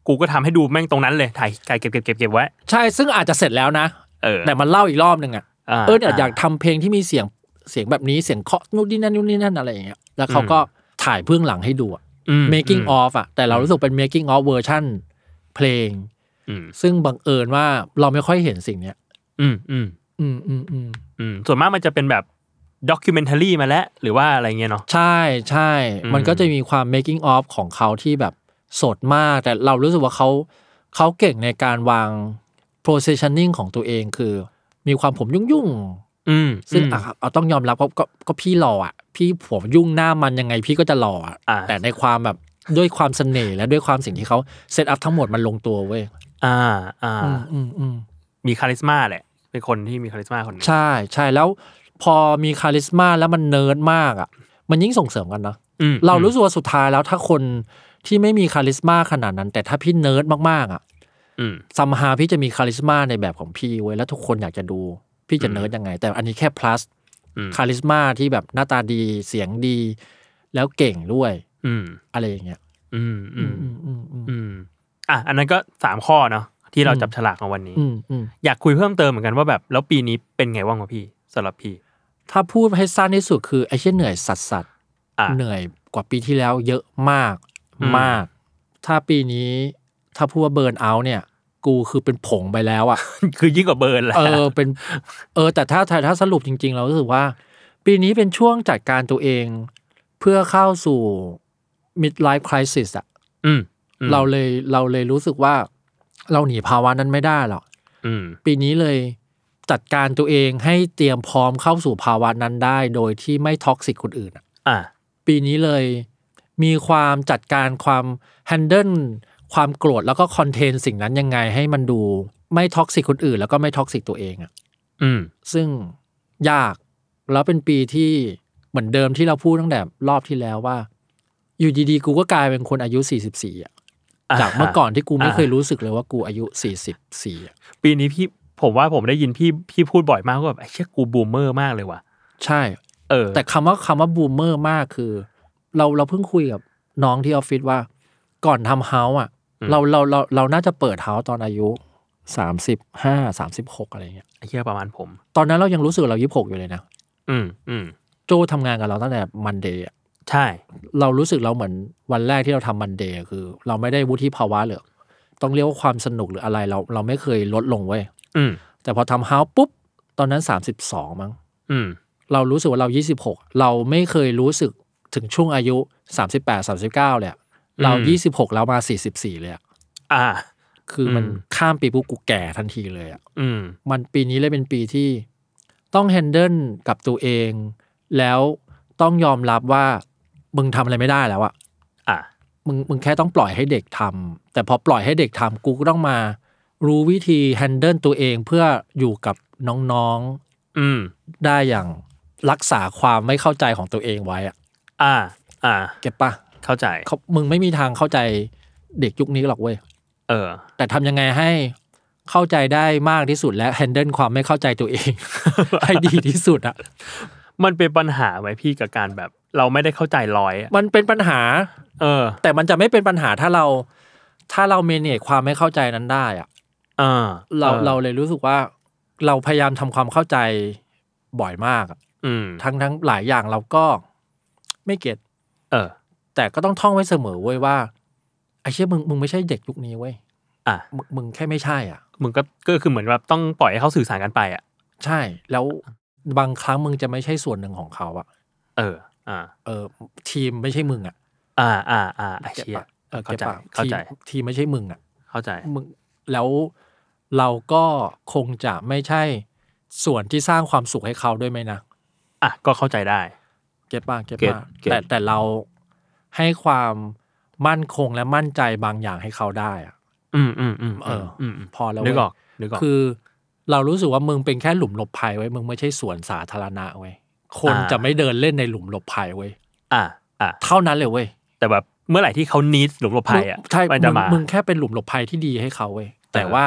Speaker 1: กูก็ทำให้ดูแม่งตรงนั้นเลย ถ่ายถ่ายเก็บเก็บเก็บเก็บไว้
Speaker 2: ใช่ซึ่งอาจจะเสร็จแล้วนะ
Speaker 1: เออ
Speaker 2: แต่มันเล่าอีกรอบหนึ่งอ่ะ
Speaker 1: า
Speaker 2: เออเนี่ยอยากทำเพลงที่มีเสียงเสียงแบบนี้เสียงเคาะนู่นนี่นั่นนู่นนี่นั่นอะไรอย่างเงี้ยแล้วเขาก็ถ่ายเบื้องหลังให้ดูอะ
Speaker 1: อืม
Speaker 2: making
Speaker 1: อ
Speaker 2: of อ่ะแต่เรารู้สึกเป็น making of เวอร์ชันเพลง
Speaker 1: อืม
Speaker 2: ซึ่งบังเอิญว่าเราไม่ค่อยเห็นสิ่งเนี้ย
Speaker 1: อืมอืม
Speaker 2: อืมอืมอืม
Speaker 1: อืมส่วนมากมันจะเป็นแบบด็อกิเมนท r y มาแล้ว หรือว่าอะไรเงี้ยเนาะ
Speaker 2: ใช่ใช่
Speaker 1: อืม
Speaker 2: มันก็จะมีความ making of ของเขาที่แบบ สดมาก แต่เรารู้สึกว่าเขาเขาเก่งในการวาง positioning ของตัวเองคือ มีความผมยุ่ง
Speaker 1: อืม
Speaker 2: ๆซึ่ง
Speaker 1: อืม
Speaker 2: อ่ะเอาต้องยอมรับว่าก็ก็พี่หล่ออ่ะพี่ผมยุ่งหน้ามันยังไงพี่ก็จะหล่ออะ
Speaker 1: อ่ะ
Speaker 2: แต่ในความแบบด้วยความเสน่ห์และด้วยความสิ่งที่เขาเซตอัพทั้งหมดมันลงตัวเว้ย
Speaker 1: อ่าอ่า
Speaker 2: อืมอืมอืม
Speaker 1: มีคาริสมาแหละ เป็นคนที่มีคาริสมาคนหนึง
Speaker 2: ใช่ใช่แล้วพอมีคาลิสมาแล้วมันเนิร์ดมากอ่ะ มันยิ่งส่งเสริมกันเนอะ
Speaker 1: อืม
Speaker 2: เรารู้สึกว่าสุดท้ายแล้วถ้าคนที่ไม่มีคาลิสมาขนาดนั้น แต่ถ้าพี่เนิร์ดมากๆอ่ะ
Speaker 1: อืม
Speaker 2: ซัมฮาพี่จะมีคาลิสมาในแบบของพี่เว้ยแล้วทุกคนอยากจะดู พี่จะเนิร์ดยังไง แต่อันนี้แค่ plus
Speaker 1: อืม
Speaker 2: คาลิสมาที่แบบหน้าตาดีเสียงดี แล้วเก่งด้วย
Speaker 1: อืม
Speaker 2: อะไรอย่างเงี้ย
Speaker 1: อืม อืม
Speaker 2: อืมอืมอืม
Speaker 1: อืม อ่ะ อันนั้นก็สามข้อเนาะที่เราจับฉลากของวันนี้
Speaker 2: อืมอืม
Speaker 1: อยากคุยเพิ่มเติมเหมือนกันว่าแบบ แล้วปีนี้เป็นไงบ้างวะพี่สำหรับพี่
Speaker 2: ถ้าพูดให้สั้นที่สุดคือไอ้เช่นเหนื่อยสัสสัสๆ
Speaker 1: อ่ะ
Speaker 2: เหนื่อยกว่าปีที่แล้วเยอะมาก
Speaker 1: อืม
Speaker 2: มาก ถ้าปีนี้ถ้าพูดว่าเบิร์นเอาท์เนี่ย กูคือเป็นผงไปแล้วอ่ะ
Speaker 1: คือยิ่งกว่าเบิร์นแหละ
Speaker 2: เออเป็นเออ แต่ถ้าถ้าถ้าสรุปจริง ๆ เรารู้สึกว่า ปีนี้เป็นช่วงจัดการตัวเอง เพื่อเข้าสู่ midlife crisis อ่ะ
Speaker 1: อืมอืม
Speaker 2: เราเลยเราเลยรู้สึกว่า เราหนีภาวะนั้นไม่ได้หรอก
Speaker 1: อืม
Speaker 2: ปีนี้เลยจัดการตัวเองให้เตรียมพร้อมเข้าสู่ภาวะนั้นได้ โดยที่ไม่ท็อกซิกคนอื่นอะ
Speaker 1: อ่ะ
Speaker 2: ปีนี้เลยมีความจัดการความแฮนเดิลความโกรธแล้วก็คอนเทนสิ่งนั้นยังไงให้มันดูไม่ท็อกซิกคนอื่น แล้วก็ไม่ท็อกซิกตัวเองอะ
Speaker 1: อืม
Speaker 2: ซึ่งยากแล้วเป็นปีที่เหมือนเดิมที่เราพูดตั้งแต่รอบที่แล้วว่า อยู่ดีๆ กูก็กลายเป็นคนอายุ 44อะจากเมื่อก่อนที่กูไม่เคยรู้สึกเลยว่ากูอายุ 44อะ
Speaker 1: ปีนี้พี่ผมว่าผมได้ยินพี่พี่พูดบ่อยมากว่าแบบไอ้เชี่ยกูบูมเมอร์มากเลยว่ะ
Speaker 2: ใช่
Speaker 1: เออ
Speaker 2: แต่คำว่าคำว่าบูมเมอร์มากคือ เราเราเพิ่งคุยกับน้องที่ออฟฟิศว่า ก่อนทำเฮาส์อ่ะ เราเราเราเราน่าจะเปิดเฮาส์ตอนอายุสามสิบห้าสามสิบหกอะไรเงี้ย
Speaker 1: ไอ้เชี่ยประมาณผม
Speaker 2: ตอนนั้นเรายังรู้สึกเรายี่หกอยู่เลยนะ
Speaker 1: อืม อืม
Speaker 2: โจทำงานกับเราตั้งแต่มันเดย์
Speaker 1: ใช่
Speaker 2: เรารู้สึกเราเหมือนวันแรกที่เราทำมันเดย์คือ เราไม่ได้วุฒิภาวะเลยต้องเรียกว่าความสนุกหรืออะไรเราเราไม่เคยลดลงเว้ย
Speaker 1: อืม
Speaker 2: แต่พอทำเฮาส์ปุ๊บ ตอนนั้นสามสิบสองมั้ง
Speaker 1: อืม
Speaker 2: เรารู้สึกว่าเรา 26 เราไม่เคยรู้สึกถึงช่วงอายุ 38 39 เลยอะเรา
Speaker 1: อืม
Speaker 2: 26 แล้วมา 44 เลยอะ
Speaker 1: อ่า
Speaker 2: คือมัน
Speaker 1: อืม
Speaker 2: ข้ามปีปุ๊บกูแก่ทันทีเลยอะ
Speaker 1: อืม
Speaker 2: มันปีนี้เลยเป็นปีที่ต้องแฮนเดิลกับตัวเอง แล้วต้องยอมรับว่ามึงทำอะไรไม่ได้แล้วอะ
Speaker 1: อ่ะ
Speaker 2: มึงมึงแค่ต้องปล่อยให้เด็กทำแต่พอปล่อยให้เด็กทำกูก็ต้องมา รู้วิธีแฮนเดิลตัวเองเพื่ออยู่กับน้อง
Speaker 1: อืม
Speaker 2: ๆได้อย่างรักษาความไม่เข้าใจของตัวเองไว้อะ
Speaker 1: อ่า อ่า
Speaker 2: เก็บปะ
Speaker 1: เข้าใจ
Speaker 2: เขามึงไม่มีทางเข้าใจเด็กยุคนี้หรอกเว้ย
Speaker 1: เออ
Speaker 2: แต่ทำยังไงให้เข้าใจได้มากที่สุดและแฮนเดิลความไม่เข้าใจตัวเอง [LAUGHS] ให้ดีที่สุดอะ
Speaker 1: มันเป็นปัญหาไว้พี่กับการแบบ เราไม่ได้เข้าใจร้อยอะ
Speaker 2: มันเป็นปัญหา
Speaker 1: เออ
Speaker 2: แต่มันจะไม่เป็นปัญหาถ้าเรา ถ้าเราเมเนจความไม่เข้าใจนั้นได้อะ
Speaker 1: อ่า
Speaker 2: เรา
Speaker 1: ออ
Speaker 2: เราเลยรู้สึกว่า เราพยายามทำความเข้าใจบ่อยมากอะ
Speaker 1: อืม
Speaker 2: ทั้งทั้งหลายอย่างเราก็ไม่เก็ต
Speaker 1: เออ
Speaker 2: แต่ก็ต้องท่องไว้เสมอเว้ยว่าไอ้เชี่ยมึงมึงไม่ใช่เด็กยุคนี้เว้ย
Speaker 1: อ่ะ
Speaker 2: มึงมึงแค่ไม่ใช่อ่ะ
Speaker 1: มึงก็ ก็คือเหมือนแบบต้องปล่อยให้เขาสื่อสารกันไปอ่ะ
Speaker 2: ใช่ แล้วบางครั้งมึงจะไม่ใช่ส่วนหนึ่งของเขาอะ
Speaker 1: เออ อ่า
Speaker 2: เออทีมไม่ใช่มึงอะ
Speaker 1: อ่า อ่า อ่าไอ้
Speaker 2: ก็ต
Speaker 1: เชี่ย
Speaker 2: ปะเออ
Speaker 1: เข้า
Speaker 2: เข้า
Speaker 1: ใจ
Speaker 2: ใจ
Speaker 1: เข้าใจ
Speaker 2: ทีมไม่ใช่มึงอะ
Speaker 1: เข้าใจ
Speaker 2: มึงแล้วเราก็คงจะไม่ใช่ส่วนที่สร้างความสุขให้เขาด้วยไหมนะ
Speaker 1: อ่ะ ก็เข้าใจได้
Speaker 2: เก็ตป่ะเก็ต
Speaker 1: เก็ต
Speaker 2: ป่ะ
Speaker 1: เก็ต
Speaker 2: แต่แต่เราให้ความมั่นคงและมั่นใจบางอย่างให้เขาได้อะ
Speaker 1: อืมอืมอืม
Speaker 2: เอออ
Speaker 1: อืมม
Speaker 2: พอแล้ว
Speaker 1: นึก
Speaker 2: เว้ย
Speaker 1: ออก นึกออก
Speaker 2: คือเรารู้สึกว่ามึงเป็นแค่หลุมหลบภัยไว้ยมึงไม่ใช่สวนสาธารณะเว้ยคน
Speaker 1: อ่า
Speaker 2: จะไม่เดินเล่นในหลุมหลบภัยเว้ย
Speaker 1: อ่ะ อ่ะ
Speaker 2: เท่านั้นเลยเว้ย
Speaker 1: แต่แบบ เมื่อไหร่ที่เขานิดหลุมหลบภัยอ่ะ
Speaker 2: มึงใช่
Speaker 1: มันจะ
Speaker 2: มึง
Speaker 1: มา
Speaker 2: มึงแค่เป็นหลุมหลบภัยที่ดีให้เขาเว้ย แต่
Speaker 1: เออ
Speaker 2: ว่า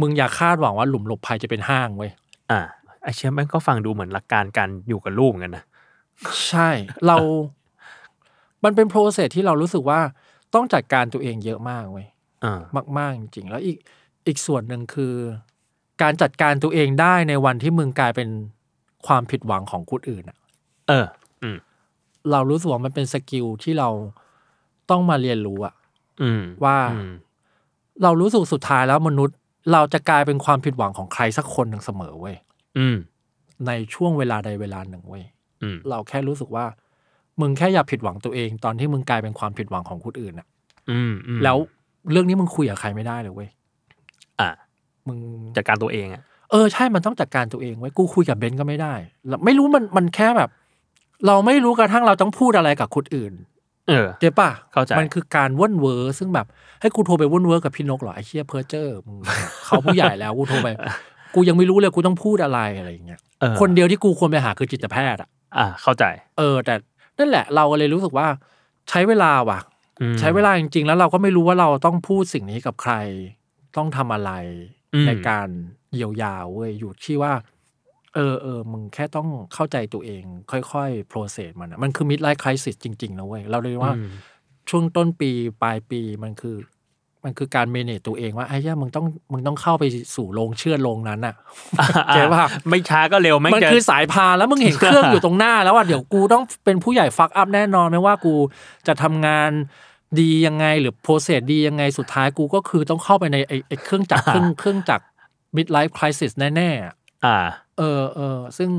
Speaker 2: มึงอย่าคาดหวังว่าหลุมหลบภัยจะเป็นห้างเว้ย
Speaker 1: อ่ะไอ้เชี่ยแม่งก็ฟังดูเหมือนหลักการการอยู่กับลูกเหมือนกันนะ
Speaker 2: ใช่ เรา มันเป็นโปรเซสที่เรารู้สึกว่าต้องจัดการตัวเองเยอะมากเว้ย
Speaker 1: อ่า
Speaker 2: มาก ๆ จริง ๆ แล้วอีกอีกส่วนหนึ่งคือ การจัดการตัวเองได้ในวันที่มึงกลายเป็นความผิดหวังของคนอื่นอะ
Speaker 1: เออ อืม
Speaker 2: เรารู้สึกว่ามันเป็นสกิลที่เราต้องมาเรียนรู้อะ
Speaker 1: อืม
Speaker 2: ว่า
Speaker 1: อืม
Speaker 2: เรารู้สึกสุดท้ายแล้วมนุษย์ เราจะกลายเป็นความผิดหวังของใครสักคนหนึ่งเสมอเว้ย
Speaker 1: อืม
Speaker 2: ในช่วงเวลาใดเวลาหนึ่งเว้ย
Speaker 1: อืม
Speaker 2: เราแค่รู้สึกว่า มึงแค่อย่าผิดหวังตัวเอง ตอนที่มึงกลายเป็นความผิดหวังของคนอื่นอะ
Speaker 1: อืมอืม
Speaker 2: แล้วเรื่องนี้มึงคุยกับใครไม่ได้เลยเว้ย
Speaker 1: อ่ะ
Speaker 2: มึง
Speaker 1: จัดการตัวเองอ่ะ
Speaker 2: เออใช่มันต้องจัดการตัวเองไว้ยกูคุยกับเบนก็ไม่ได้แล้วไม่รู้มันมันแค่แบบ เราไม่รู้กระทั่งเราต้องพูดอะไรกับคนอื่น
Speaker 1: เออ
Speaker 2: เจ๊ป่ะ
Speaker 1: เข้าใจ
Speaker 2: มันคือการว่นเวอร์ซึ่งแบบให้กูโทรไปว่นเวอร์กับพี่นกเหรอไอ้เชี่ยเพอเจอร์มึง เขาผู้ใหญ่แล้วกูโทรไป กูยังไม่รู้เลยกูต้องพูดอะไรอะไรอย่างเงี้ย
Speaker 1: เออ
Speaker 2: คนเดียวที่กูควรไปหาคือจิตแพทย์อ่ะ
Speaker 1: อ่ะเข้าใจ
Speaker 2: เออแต่นั่นแหละเราเลยรู้สึกว่าใช้เวลาว่ะ
Speaker 1: อืม
Speaker 2: ใช้เวลาจริง ๆ แล้วเราก็ไม่รู้ว่าเราต้องพูดสิ่งนี้กับใคร ต้องทำอะไร
Speaker 1: อืม
Speaker 2: ในการเยียวยาเว้ยอยู่ที่ว่า เออเออมึงแค่ต้องเข้าใจตัวเอง ค่อยๆ process มันอะมันคือ midlife crisis จริง ๆ นะเว้ย เราเลยว่า
Speaker 1: อืม
Speaker 2: ช่วงต้นปีปลายปีมันคือ มันคือการ manage ตัวเองว่าไอ้เหี้ย่ามึงต้องมึงต้องเข้าไปสู่โรงเชื่อดโรงนั้นอะ
Speaker 1: อ่ะ
Speaker 2: เจ๊ว่า
Speaker 1: ไม่ช้าก็เร็วแม่ง
Speaker 2: มัน
Speaker 1: จะ
Speaker 2: คือสายพานแล้วมึงเห็นเครื่อง อยู่ตรงหน้าแล้วว่าเดี๋ยวกูต้องเป็นผู้ใหญ่ฟักอัพแน่นอนไม่ว่ากูจะทำงานดียังไงหรือโปรเซสดียังไงสุดท้ายกูก็คือต้องเข้าไปในไอ้ไอ้เครื่องจักร เครื่องเครื่องจักร midlife crisis แน่ๆอะ
Speaker 1: อ่า
Speaker 2: เออเออซึ่ง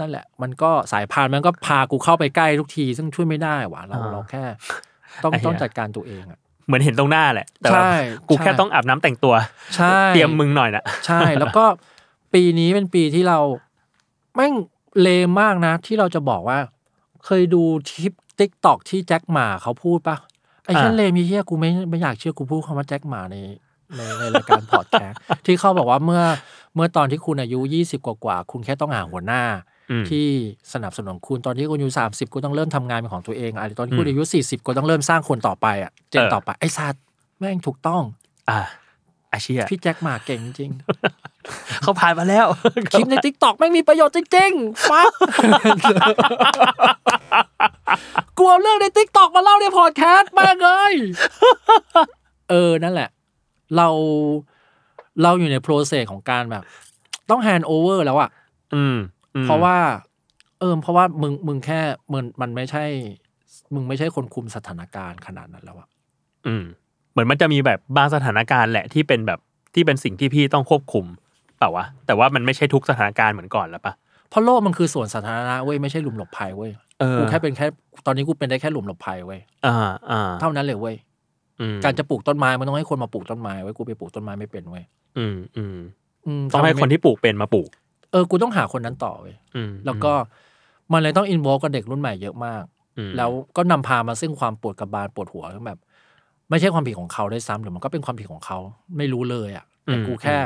Speaker 2: นั่นแหละ มันก็สายพานมันก็พากูเข้าไปใกล้ทุกที ซึ่งช่วยไม่ได้หว่าเรา
Speaker 1: อ่า
Speaker 2: เราแค่ ต้อง
Speaker 1: ไอ้เหี้ย
Speaker 2: ต้องจัดการตัวเองอ่ะ
Speaker 1: เหมือนเห็นตรงหน้าแหละ แต่ว่า
Speaker 2: ใช่
Speaker 1: กู
Speaker 2: ใช่
Speaker 1: แค่ต้องอาบน้ำแต่งตัว
Speaker 2: ใช่
Speaker 1: เตรียมมึงหน่อยนะ
Speaker 2: ใช่ แล้วก็ปีนี้เป็นปีที่เราแม่งเลมมากนะ ที่เราจะบอกว่า เคยดูทิปติ๊กตอกที่แจ็คหมาเขาพูดปะไอ้
Speaker 1: อ่า
Speaker 2: เช่นเลมีเฮียกูไม่ไม่อยากเชื่อกูพูดคำว่าแจ็คหมาในในในรายการพอดแคสต์ ที่เขาบอกว่าเมื่อเมื่อตอนที่คุณอายุ 20 กว่ากว่าๆคุณแค่ต้องหาหัวหน้า
Speaker 1: อืม
Speaker 2: ที่สนับสนุนคุณตอนที่คุณอายุ30คุณต้องเริ่มทำงานเป็นของตัวเองอะไรตอนที่คุณ
Speaker 1: อืม
Speaker 2: อายุ 40คุณต้องเริ่มสร้างคนต่อไปอ่ะเจน
Speaker 1: เออ
Speaker 2: ต่อไปไอ้สัตว์แม่งถูกต้อง
Speaker 1: อ่าอาเชีย
Speaker 2: พี่แจ็คหมาเก่งจริง
Speaker 1: เขาผ่านมาแล้ว
Speaker 2: คลิปในทิกตอกไม่งมีประโยชน์จริงๆฟัก [LAUGHS] กลัวเรื่องในทิกตอกมาเล่าในพอดแคสต์มากเลย เออ นั่นแหละ เราเราอยู่ในโปรเซสของการแบบ ต้องแฮนด์โอเวอร์แล้วอะ
Speaker 1: [LAUGHS] อืมอืม
Speaker 2: เพราะว่า เออเพราะว่ามึงมึงแค่มึงมันไม่ใช่ มึงไม่ใช่คนคุมสถานการณ์ขนาดนั้นแล้วอะ
Speaker 1: อืมเหมือนมันจะมีแบบบางสถานการณ์แหละที่เป็นแบบที่เป็นสิ่งที่พี่ต้องควบคุมเปล่าวะแต่ว่ามันไม่ใช่ทุกสถานการณ์เหมือนก่อนแล้วปะ
Speaker 2: เพราะโลกมันคือส่วนสาธารณะเว้ยไม่ใช่หลุมหลบภัยเว้ย
Speaker 1: เออ
Speaker 2: กูแค่เป็นแค่ ตอนนี้กูเป็นได้แค่หลุมหลบภัยเว้ย
Speaker 1: อ่าอ่า
Speaker 2: เท่านั้นเลยเว้ย
Speaker 1: อืม
Speaker 2: การจะปลูกต้นไม้มันต้องให้คนมาปลูกต้นไม้ไว้ยกูไปปลูกต้นไม้ไม่เป็นเว้ย
Speaker 1: อืมอืม
Speaker 2: ม
Speaker 1: ต้องให้
Speaker 2: ำ
Speaker 1: คนที่ปลูกเป็นมาปลูก
Speaker 2: เออกูต้องหาคนนั้นต่อเว้ย
Speaker 1: อืม
Speaker 2: แล้วก็มันเลยต้องอินวอลกับเด็กรุ่นใหม่เยอะมาก
Speaker 1: อืม
Speaker 2: แล้วก็นำพามาซึ่งความปวดกระบาลปวดหัวซึ่งแบบ ไม่ใช่ความผิดของเขาด้วยซ้ำหรือมันก็เป็นความผิดของเขาไม่รู้เลยอ่ะแต่กูแค่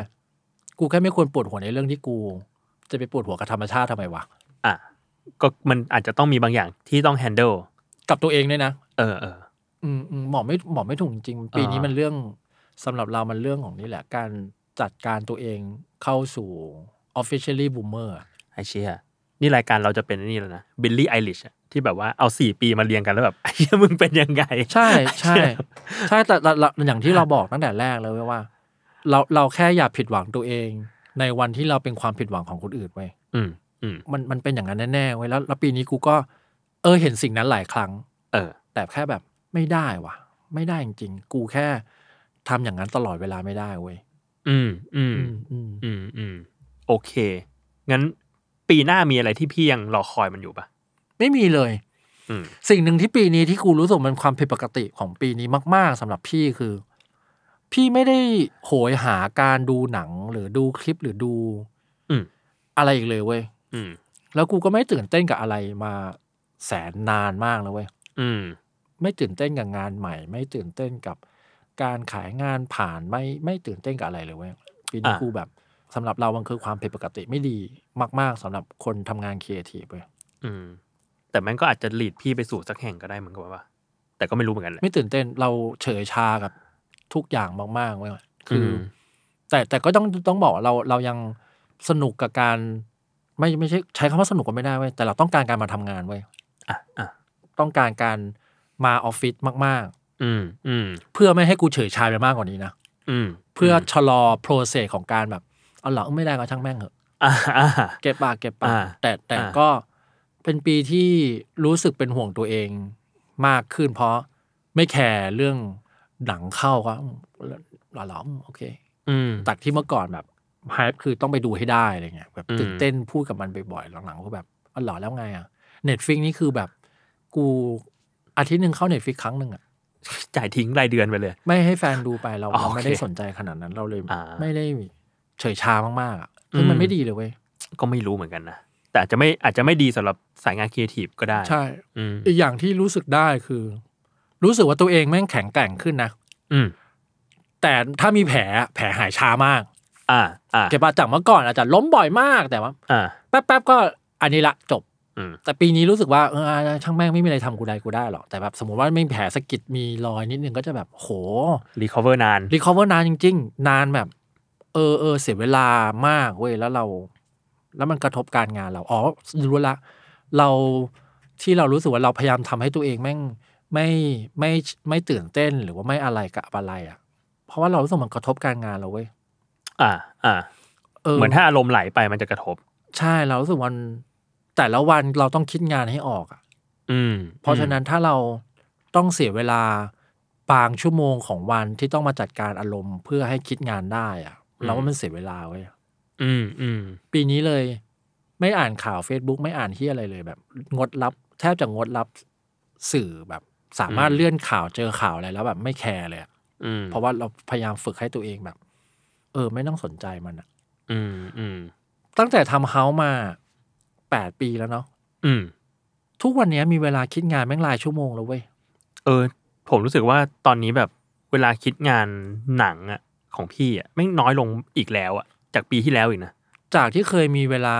Speaker 2: กูแค่ไม่ควรปวดหัวในเรื่องที่กู จะไปปวดหัวกับธรรมชาติทำไมวะ
Speaker 1: อ่ะก็มันอาจจะต้องมีบางอย่างที่ต้อง handle
Speaker 2: กับตัวเองด้วยนะ
Speaker 1: เออเออ
Speaker 2: อืมอืมหมอไม่หมอไม่ถูกจริงๆปีนี้
Speaker 1: อ่ามั
Speaker 2: มันเรื่องสำหรับเรามันเรื่องของนี่แหละ การจัดการตัวเองเข้าสู่ officially boomer อะ
Speaker 1: ไอเชียนี่รายการเราจะเป็นไอ้นี่แล้วนะบิลลี่ไอริชที่แบบว่าเอาสี่ปีมาเรียงกันแล้วแบบ [LAUGHS] ไอ้เชี่ยมึงเป็นยังไง
Speaker 2: ใช่ใช่ [LAUGHS] ใช่แต่แต่แต่แต่อย่างที่เราบอกตั้งแต่แรกเลยเว้ยว่า เราเราแค่อย่าผิดหวังตัวเอง ในวันที่เราเป็นความผิดหวังของคนอื่นไว้ย
Speaker 1: อืมอืม
Speaker 2: มันมันเป็นอย่างนั้นแน่ๆไว้ยแล้วแล้วปีนี้กูก็ เออเห็นสิ่งนั้นหลายครั้ง
Speaker 1: เออ
Speaker 2: แต่แค่แบบไม่ได้ว่ะ ไม่ได้จริงๆกูแค่ทำอย่างนั้นตลอดเวลาไม่ได้เว้ย
Speaker 1: อืมอืม
Speaker 2: อืมอืม
Speaker 1: อืมอืมโอเค งั้นปีหน้ามีอะไรที่พี่ยังรอคอยมันอยู่ปะ
Speaker 2: ไม่มีเลย
Speaker 1: อืม
Speaker 2: สิ่งหนึ่งที่ปีนี้ที่กูรู้สึกมันความผิดปกติของปีนี้มาก ๆสำหรับพี่คือ พี่ไม่ได้โหยหาการดูหนังหรือดูคลิปหรือดู
Speaker 1: อืม
Speaker 2: อะไรอีกเลยเว้ย
Speaker 1: อืม
Speaker 2: แล้วกูก็ไม่ตื่นเต้นกับอะไรมาแสนนานมากแล้วเว้ย
Speaker 1: อืม
Speaker 2: ไม่ตื่นเต้นกับงานใหม่ ไม่ตื่นเต้นกับการขายงานผ่านไม่ไม่ตื่นเต้นกับอะไรเลยเว้ยปีนี้
Speaker 1: อ่า
Speaker 2: กูแบบสำหรับเรามันคือความผิดปกติไม่ดีมาก ๆสำหรับคนทำงานครีเอทีฟเว้ย
Speaker 1: อืม แต่มันก็อาจจะหลีดพี่ไปสู่สักแห่งก็ได้เหมือนกันว่าแต่ก็ไม่รู้เหมือนกันแหละ
Speaker 2: ไม่ตื่นเต้นเราเฉยชากับทุกอย่างมากๆเว้ยคืออ
Speaker 1: ม
Speaker 2: แต่แต่ก็ต้องต้องบอกว่าเราเรายังสนุกกับการ ไม่ไม่ใช่ใช้คำว่าสนุกก็ไม่ได้เว้ยแต่เราต้องการการมาทำงานเว้ย
Speaker 1: อ่ะอ่ะ
Speaker 2: ต้องการการมาออฟฟิศมาก
Speaker 1: อืม อืม
Speaker 2: ๆ เพื่อไม่ให้กูเฉยชาไปมากกว่านี้นะ
Speaker 1: อืม
Speaker 2: เพื่อชะลอโปรเซสของการแบบเอาเหล่าไม่ได้ก็ช่างแม่งเหอะ
Speaker 1: อ่าอ่า
Speaker 2: เก็บปากเก็บปาก
Speaker 1: อ่า
Speaker 2: แต่แต่
Speaker 1: อ่า
Speaker 2: ก็เป็นปีที่รู้สึกเป็นห่วงตัวเองมากขึ้น เพราะไม่แคร์เรื่องหนังเข้าก็หล่อหลอมโอเค
Speaker 1: อืม
Speaker 2: จากที่เมื่อก่อนแบบไฮป์คือต้องไปดูให้ได้อะไรเงี้ยแบบ
Speaker 1: อืม
Speaker 2: ตื่นเต้นพูดกับมันบ่อยๆหลังๆก็แบบอ๋อเหล่อแล้วไงอะเน็ตฟิกนี่คือแบบกูอาทิตย์หนึ่งเข้าเน็ตฟิกครั้งหนึ่งอะ
Speaker 1: จ่ายทิ้งรายเดือนไปเลย
Speaker 2: ไม่ให้แฟนดูไปเรา
Speaker 1: อ๋อโอเค
Speaker 2: ไม่ได้สนใจขนาดนั้นเราเลย
Speaker 1: อ่า
Speaker 2: ไม่ได้เฉยชามากๆอ่ะซึ่ง
Speaker 1: อื
Speaker 2: มัน
Speaker 1: ม
Speaker 2: ไม่ดีเลยเว้ย
Speaker 1: ก็ไม่รู้เหมือนกันนะ แต่อาจจะไม่อาจจะไม่ดีสำหรับสายงานครีเอทีฟก็ได้
Speaker 2: ใช่
Speaker 1: อืม
Speaker 2: อีกอย่างที่รู้สึกได้คือ รู้สึกว่าตัวเองแม่งแข็งแกร่งขึ้นนะ
Speaker 1: อืม
Speaker 2: แต่ถ้ามีแผลแผลหายช้ามาก
Speaker 1: อ่าอ่า
Speaker 2: เก็บมาจากเมื่อก่อนอาจจะล้มบ่อยมากแต่ว่า
Speaker 1: อ่า
Speaker 2: แป๊บๆก็อันนี้ละจบ
Speaker 1: อืม
Speaker 2: แต่ปีนี้รู้สึกว่าเออช่างแม่งไม่มีอะไรทำกูได้กูได้หรอกแต่แบบสมมติว่าไม่มีแผลสะกิดมีรอยนิดนึงก็จะแบบโห
Speaker 1: รีคอเวอร์นาน
Speaker 2: รีคอเวอร์นานจริง ๆ นานแบบ เออเออเสียเวลามากเว้ยแล้วเรา แล้วมันกระทบการงานเรา อ๋อรู้ละ เราที่เรารู้สึกว่าเราพยายามทำให้ตัวเองแม่งไม่ไม่ไม่ตื่นเต้นหรือว่าไม่อะไรกับอะไรอ่ะ เพราะว่าเรารู้สึกมันกระทบการงานเราเว้ย
Speaker 1: อ่าอ่าเหมือนถ้าอารมณ์ไหลไปมันจะกระทบ
Speaker 2: ใช่เรารู้สึกวันแต่ละวันเราต้องคิดงานให้ออกอ่ะ
Speaker 1: อืม
Speaker 2: เพราะฉะนั้นถ้าเราต้องเสียเวลาบางชั่วโมงของวันที่ต้องมาจัดการอารมณ์เพื่อให้คิดงานได้อ่ะ เราว่ามันเสียเวลาเว้ย
Speaker 1: อืมอืม
Speaker 2: ปีนี้เลย ไม่อ่านข่าว Facebook ไม่อ่านที่อะไรเลยแบบ งดรับ แทบจะงดรับสื่อแบบ สามารถเลื่อนข่าวเจอข่าวอะไรแล้วแบบไม่แคร์เลยอะ
Speaker 1: อืม
Speaker 2: เพราะว่าเราพยายามฝึกให้ตัวเองแบบ เออ ไม่ต้องสนใจมันอะ
Speaker 1: อืมอืม
Speaker 2: ตั้งแต่ทำเฮาส์มาแปดปีแล้วเนาะ
Speaker 1: อืม
Speaker 2: ทุกวันนี้มีเวลาคิดงานแม่งรายชั่วโมงแล้วเว้ย
Speaker 1: เออผมรู้สึกว่าตอนนี้แบบเวลาคิดงานหนังอะของพี่อะไม่งน้อยลงอีกแล้วอะจากปีที่แล้วอีกนะ
Speaker 2: จากที่เคยมีเวลา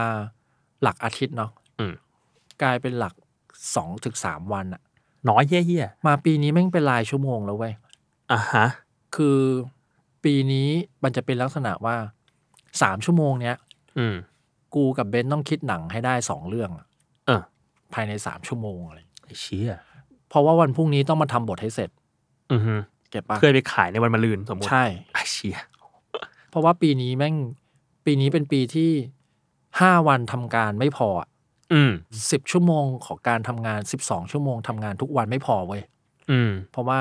Speaker 2: หลักอาทิตย์เนาะ
Speaker 1: อืม
Speaker 2: กลายเป็นหลักสองถึงสามวันอะ
Speaker 1: น้อยเยี่ย
Speaker 2: มาปีนี้แม่งเป็นรายชั่วโมงแล้วเว้ย
Speaker 1: ๆอ่ะฮะ
Speaker 2: คือปีนี้มันจะเป็นลักษณะว่าสามชั่วโมงเนี้ย
Speaker 1: อืม
Speaker 2: กูกับเบนต้องคิดหนังให้ได้สองเรื่องอะ
Speaker 1: เออ
Speaker 2: ภายในสามชั่วโมงอะไรอย่างเงี้ย
Speaker 1: ไอ้เชี่ย
Speaker 2: เพราะว่าวันพรุ่งนี้ต้องมาทำบทให้เสร็จ
Speaker 1: อือฮึ
Speaker 2: เก็บปะ
Speaker 1: เพื่อไปขายในวันมะรืนสมมติ
Speaker 2: ใช่
Speaker 1: ไอ้เชี่ย
Speaker 2: เพราะว่าปีนี้แม่งปีนี้เป็นปีที่ห้าวันทำการไม่พอ
Speaker 1: อืม
Speaker 2: สิบชั่วโมงของการทำงานสิบสองชั่วโมงทำงานทุกวันไม่พอเว้ย
Speaker 1: อืม
Speaker 2: เพราะว่า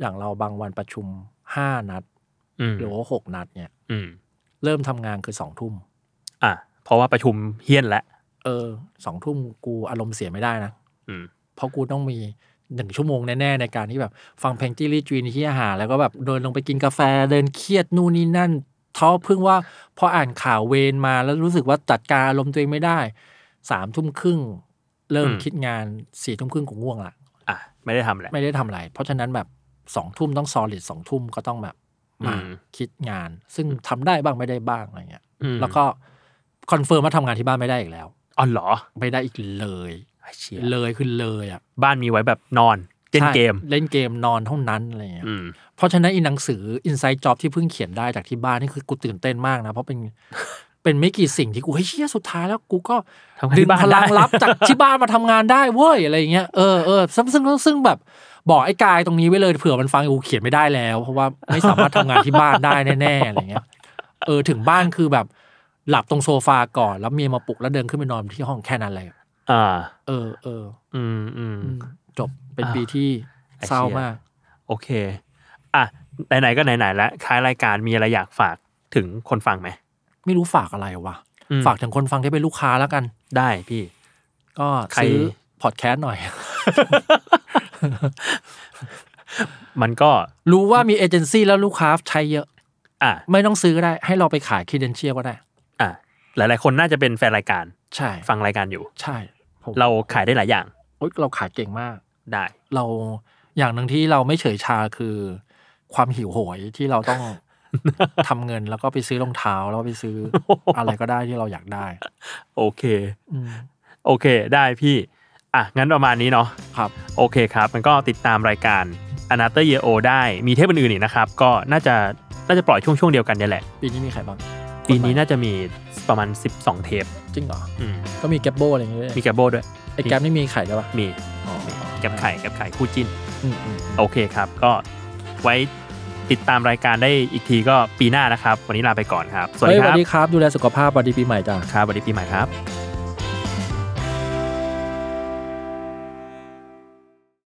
Speaker 2: อย่างเราบางวันประชุมห้านัด
Speaker 1: อืม
Speaker 2: หรือว่าหกนัดเนี่ย
Speaker 1: อืม
Speaker 2: เริ่มทำงานคือสองทุ่ม
Speaker 1: อ่ะเพราะว่าประชุมเฮี้ยนแล้ว
Speaker 2: เออสองทุ่มกูอารมณ์เสียไม่ได้นะ
Speaker 1: อืม
Speaker 2: เพราะกูต้องมีหนึ่งชั่วโมงแน่ ๆ ในการที่แบบ ฟังเพลงจิลี่จีนที่อาหาร แล้วก็แบบเดินลงไปกินกาแฟเดินเครียดนู่นนี่นั่นท้อเพิ่งว่าพออ่านข่าวเวรมาแล้วรู้สึกว่าจัดการอารมณ์ตัวเองไม่ได้สามทุ่มครึ่งเริ่ม
Speaker 1: อืม
Speaker 2: คิดงานสี่ทุ่มครึ่งกูง่วงละ
Speaker 1: อ่ะไม่ได้ทำแหละ
Speaker 2: ไม่ได้ทำอะไร เพราะฉะนั้นแบบสองทุ่มต้องซอลิดสองทุ่มก็ต้องแบบมา
Speaker 1: อืม
Speaker 2: คิดงาน ซึ่งทำได้บ้างไม่ได้บ้างอะไรเงี้ย
Speaker 1: อืม
Speaker 2: แล้วก็คอนเฟิร์มว่าทำงานที่บ้านไม่ได้อีกแล้ว
Speaker 1: อ๋อเหรอ
Speaker 2: ไม่ได้อีกเลย
Speaker 1: ไอ้เชี่ย
Speaker 2: เลยคือเลยอ่ะ
Speaker 1: บ้านมีไว้แบบนอนเล่น
Speaker 2: ใช่
Speaker 1: เกม
Speaker 2: เล่นเกมนอนเท่านั้นอะไรเงี้ย
Speaker 1: อืม
Speaker 2: เพราะฉะนั้นอีหนังสือ Inside Job ที่เพิ่งเขียนได้จากที่บ้านนี่คือกูตื่นเต้นมากนะ เพราะเป็น เป็นไม่กี่สิ่งที่กูเฮ้ยเชี่ยสุดท้ายแล้วกูก็
Speaker 1: ทำงานที่
Speaker 2: ดึง
Speaker 1: บ้าน
Speaker 2: พลัง
Speaker 1: ได้
Speaker 2: ลับจากที่บ้านมาทำงานได้เว้ยอะไรเงี้ยเออเออซึ่งซึ่งซึ่งซึ่งแบบบอกไอ้กายตรงนี้ไว้เลยเผื่อมันฟังกูเขียนไม่ได้แล้ว เพราะว่าไม่สามารถทำงานที่บ้านได้แน่ๆอะไรเงี้ย เออถึงบ้านคือแบบหลับตรงโซฟาก่อนแล้วเมียมาปลุกแล้วเดินขึ้นไปนอนที่ห้องแค่นั้นเลย
Speaker 1: อ่า
Speaker 2: เออเออ
Speaker 1: อืมอืม
Speaker 2: อืมจบเป็น
Speaker 1: อ่า
Speaker 2: ปีที่
Speaker 1: ไอ้
Speaker 2: เศร้า
Speaker 1: เชี่ย
Speaker 2: มาก
Speaker 1: โอเค อ่ะ ไหน ๆ ก็ไหน ๆ แล้วค้ายรายการมีอะไรอยากฝากถึงคนฟังไหม
Speaker 2: ไม่รู้ฝากอะไรวะ
Speaker 1: อืม
Speaker 2: ฝากถึงคนฟังที่เป็นลูกค้าแล้วกัน
Speaker 1: ได้พี่
Speaker 2: ก็
Speaker 1: ใคร
Speaker 2: ซื้อพอดแคสต์หน่อย
Speaker 1: [LAUGHS]
Speaker 2: [LAUGHS]
Speaker 1: มันก็
Speaker 2: รู้ว่ามีเอเจนซี่แล้วลูกค้าใช้เยอะ
Speaker 1: อ่ะ
Speaker 2: ไม่ต้องซื้อก็ได้ ให้เราไปขายคีเดนเชียก็ได้
Speaker 1: อ่ะ หลาย ๆ คนน่าจะเป็นแฟนรายการ
Speaker 2: ใช่
Speaker 1: ฟังรายการอยู่
Speaker 2: ใช่ผม
Speaker 1: เราขายได้หลายอย่าง
Speaker 2: โอ๊ยเราขายเก่งมาก
Speaker 1: ได้
Speaker 2: เราอย่างหนึ่งที่เราไม่เฉยชาคือ ความหิวโหยที่เรา
Speaker 1: [LAUGHS]
Speaker 2: ต้อง ทำเงินแล้วก็ไปซื้อรองเท้าแล้วไปซื้อ อะไรก็ได้ที่เราอยากได้
Speaker 1: โอเค
Speaker 2: อืม
Speaker 1: โอเค ได้พี่ อ่ะ งั้นประมาณนี้เนาะ
Speaker 2: ครับ
Speaker 1: โอเคครับ มันก็ติดตามรายการ a n a t h e r Year O ได้ มีเทปอื่นๆอีกนะครับ ก็น่าจะ น่าจะปล่อยช่วง ๆ เดียวกันเนี่ยแหละ
Speaker 2: ปีนี้มีใครบ้าง
Speaker 1: ปีนี้น่าจะมีประมาณ 12 เทป
Speaker 2: จริงเหรอ
Speaker 1: อืม
Speaker 2: ก็มีแกปโบอะไรอย่างเงี้ยด้วย
Speaker 1: มีแกบโบด้วย
Speaker 2: ไอ้แกปนี่มีขายด้วยปะ
Speaker 1: มี แกับไข่แกับไข่คู่จิ้น
Speaker 2: อืมอืมอืม
Speaker 1: โอเคครับ ก็ไว้ติดตามรายการได้อีกทีก็ปีหน้านะครับ วันนี้ลาไปก่อนครับ สวัส
Speaker 2: เฮ้
Speaker 1: ดี
Speaker 2: ย
Speaker 1: ครับ
Speaker 2: ดีครับ ดูแลสุขภาพสวัสดีปีใหม่จ้า
Speaker 1: ครับสวัสดีปีใหม่ครับ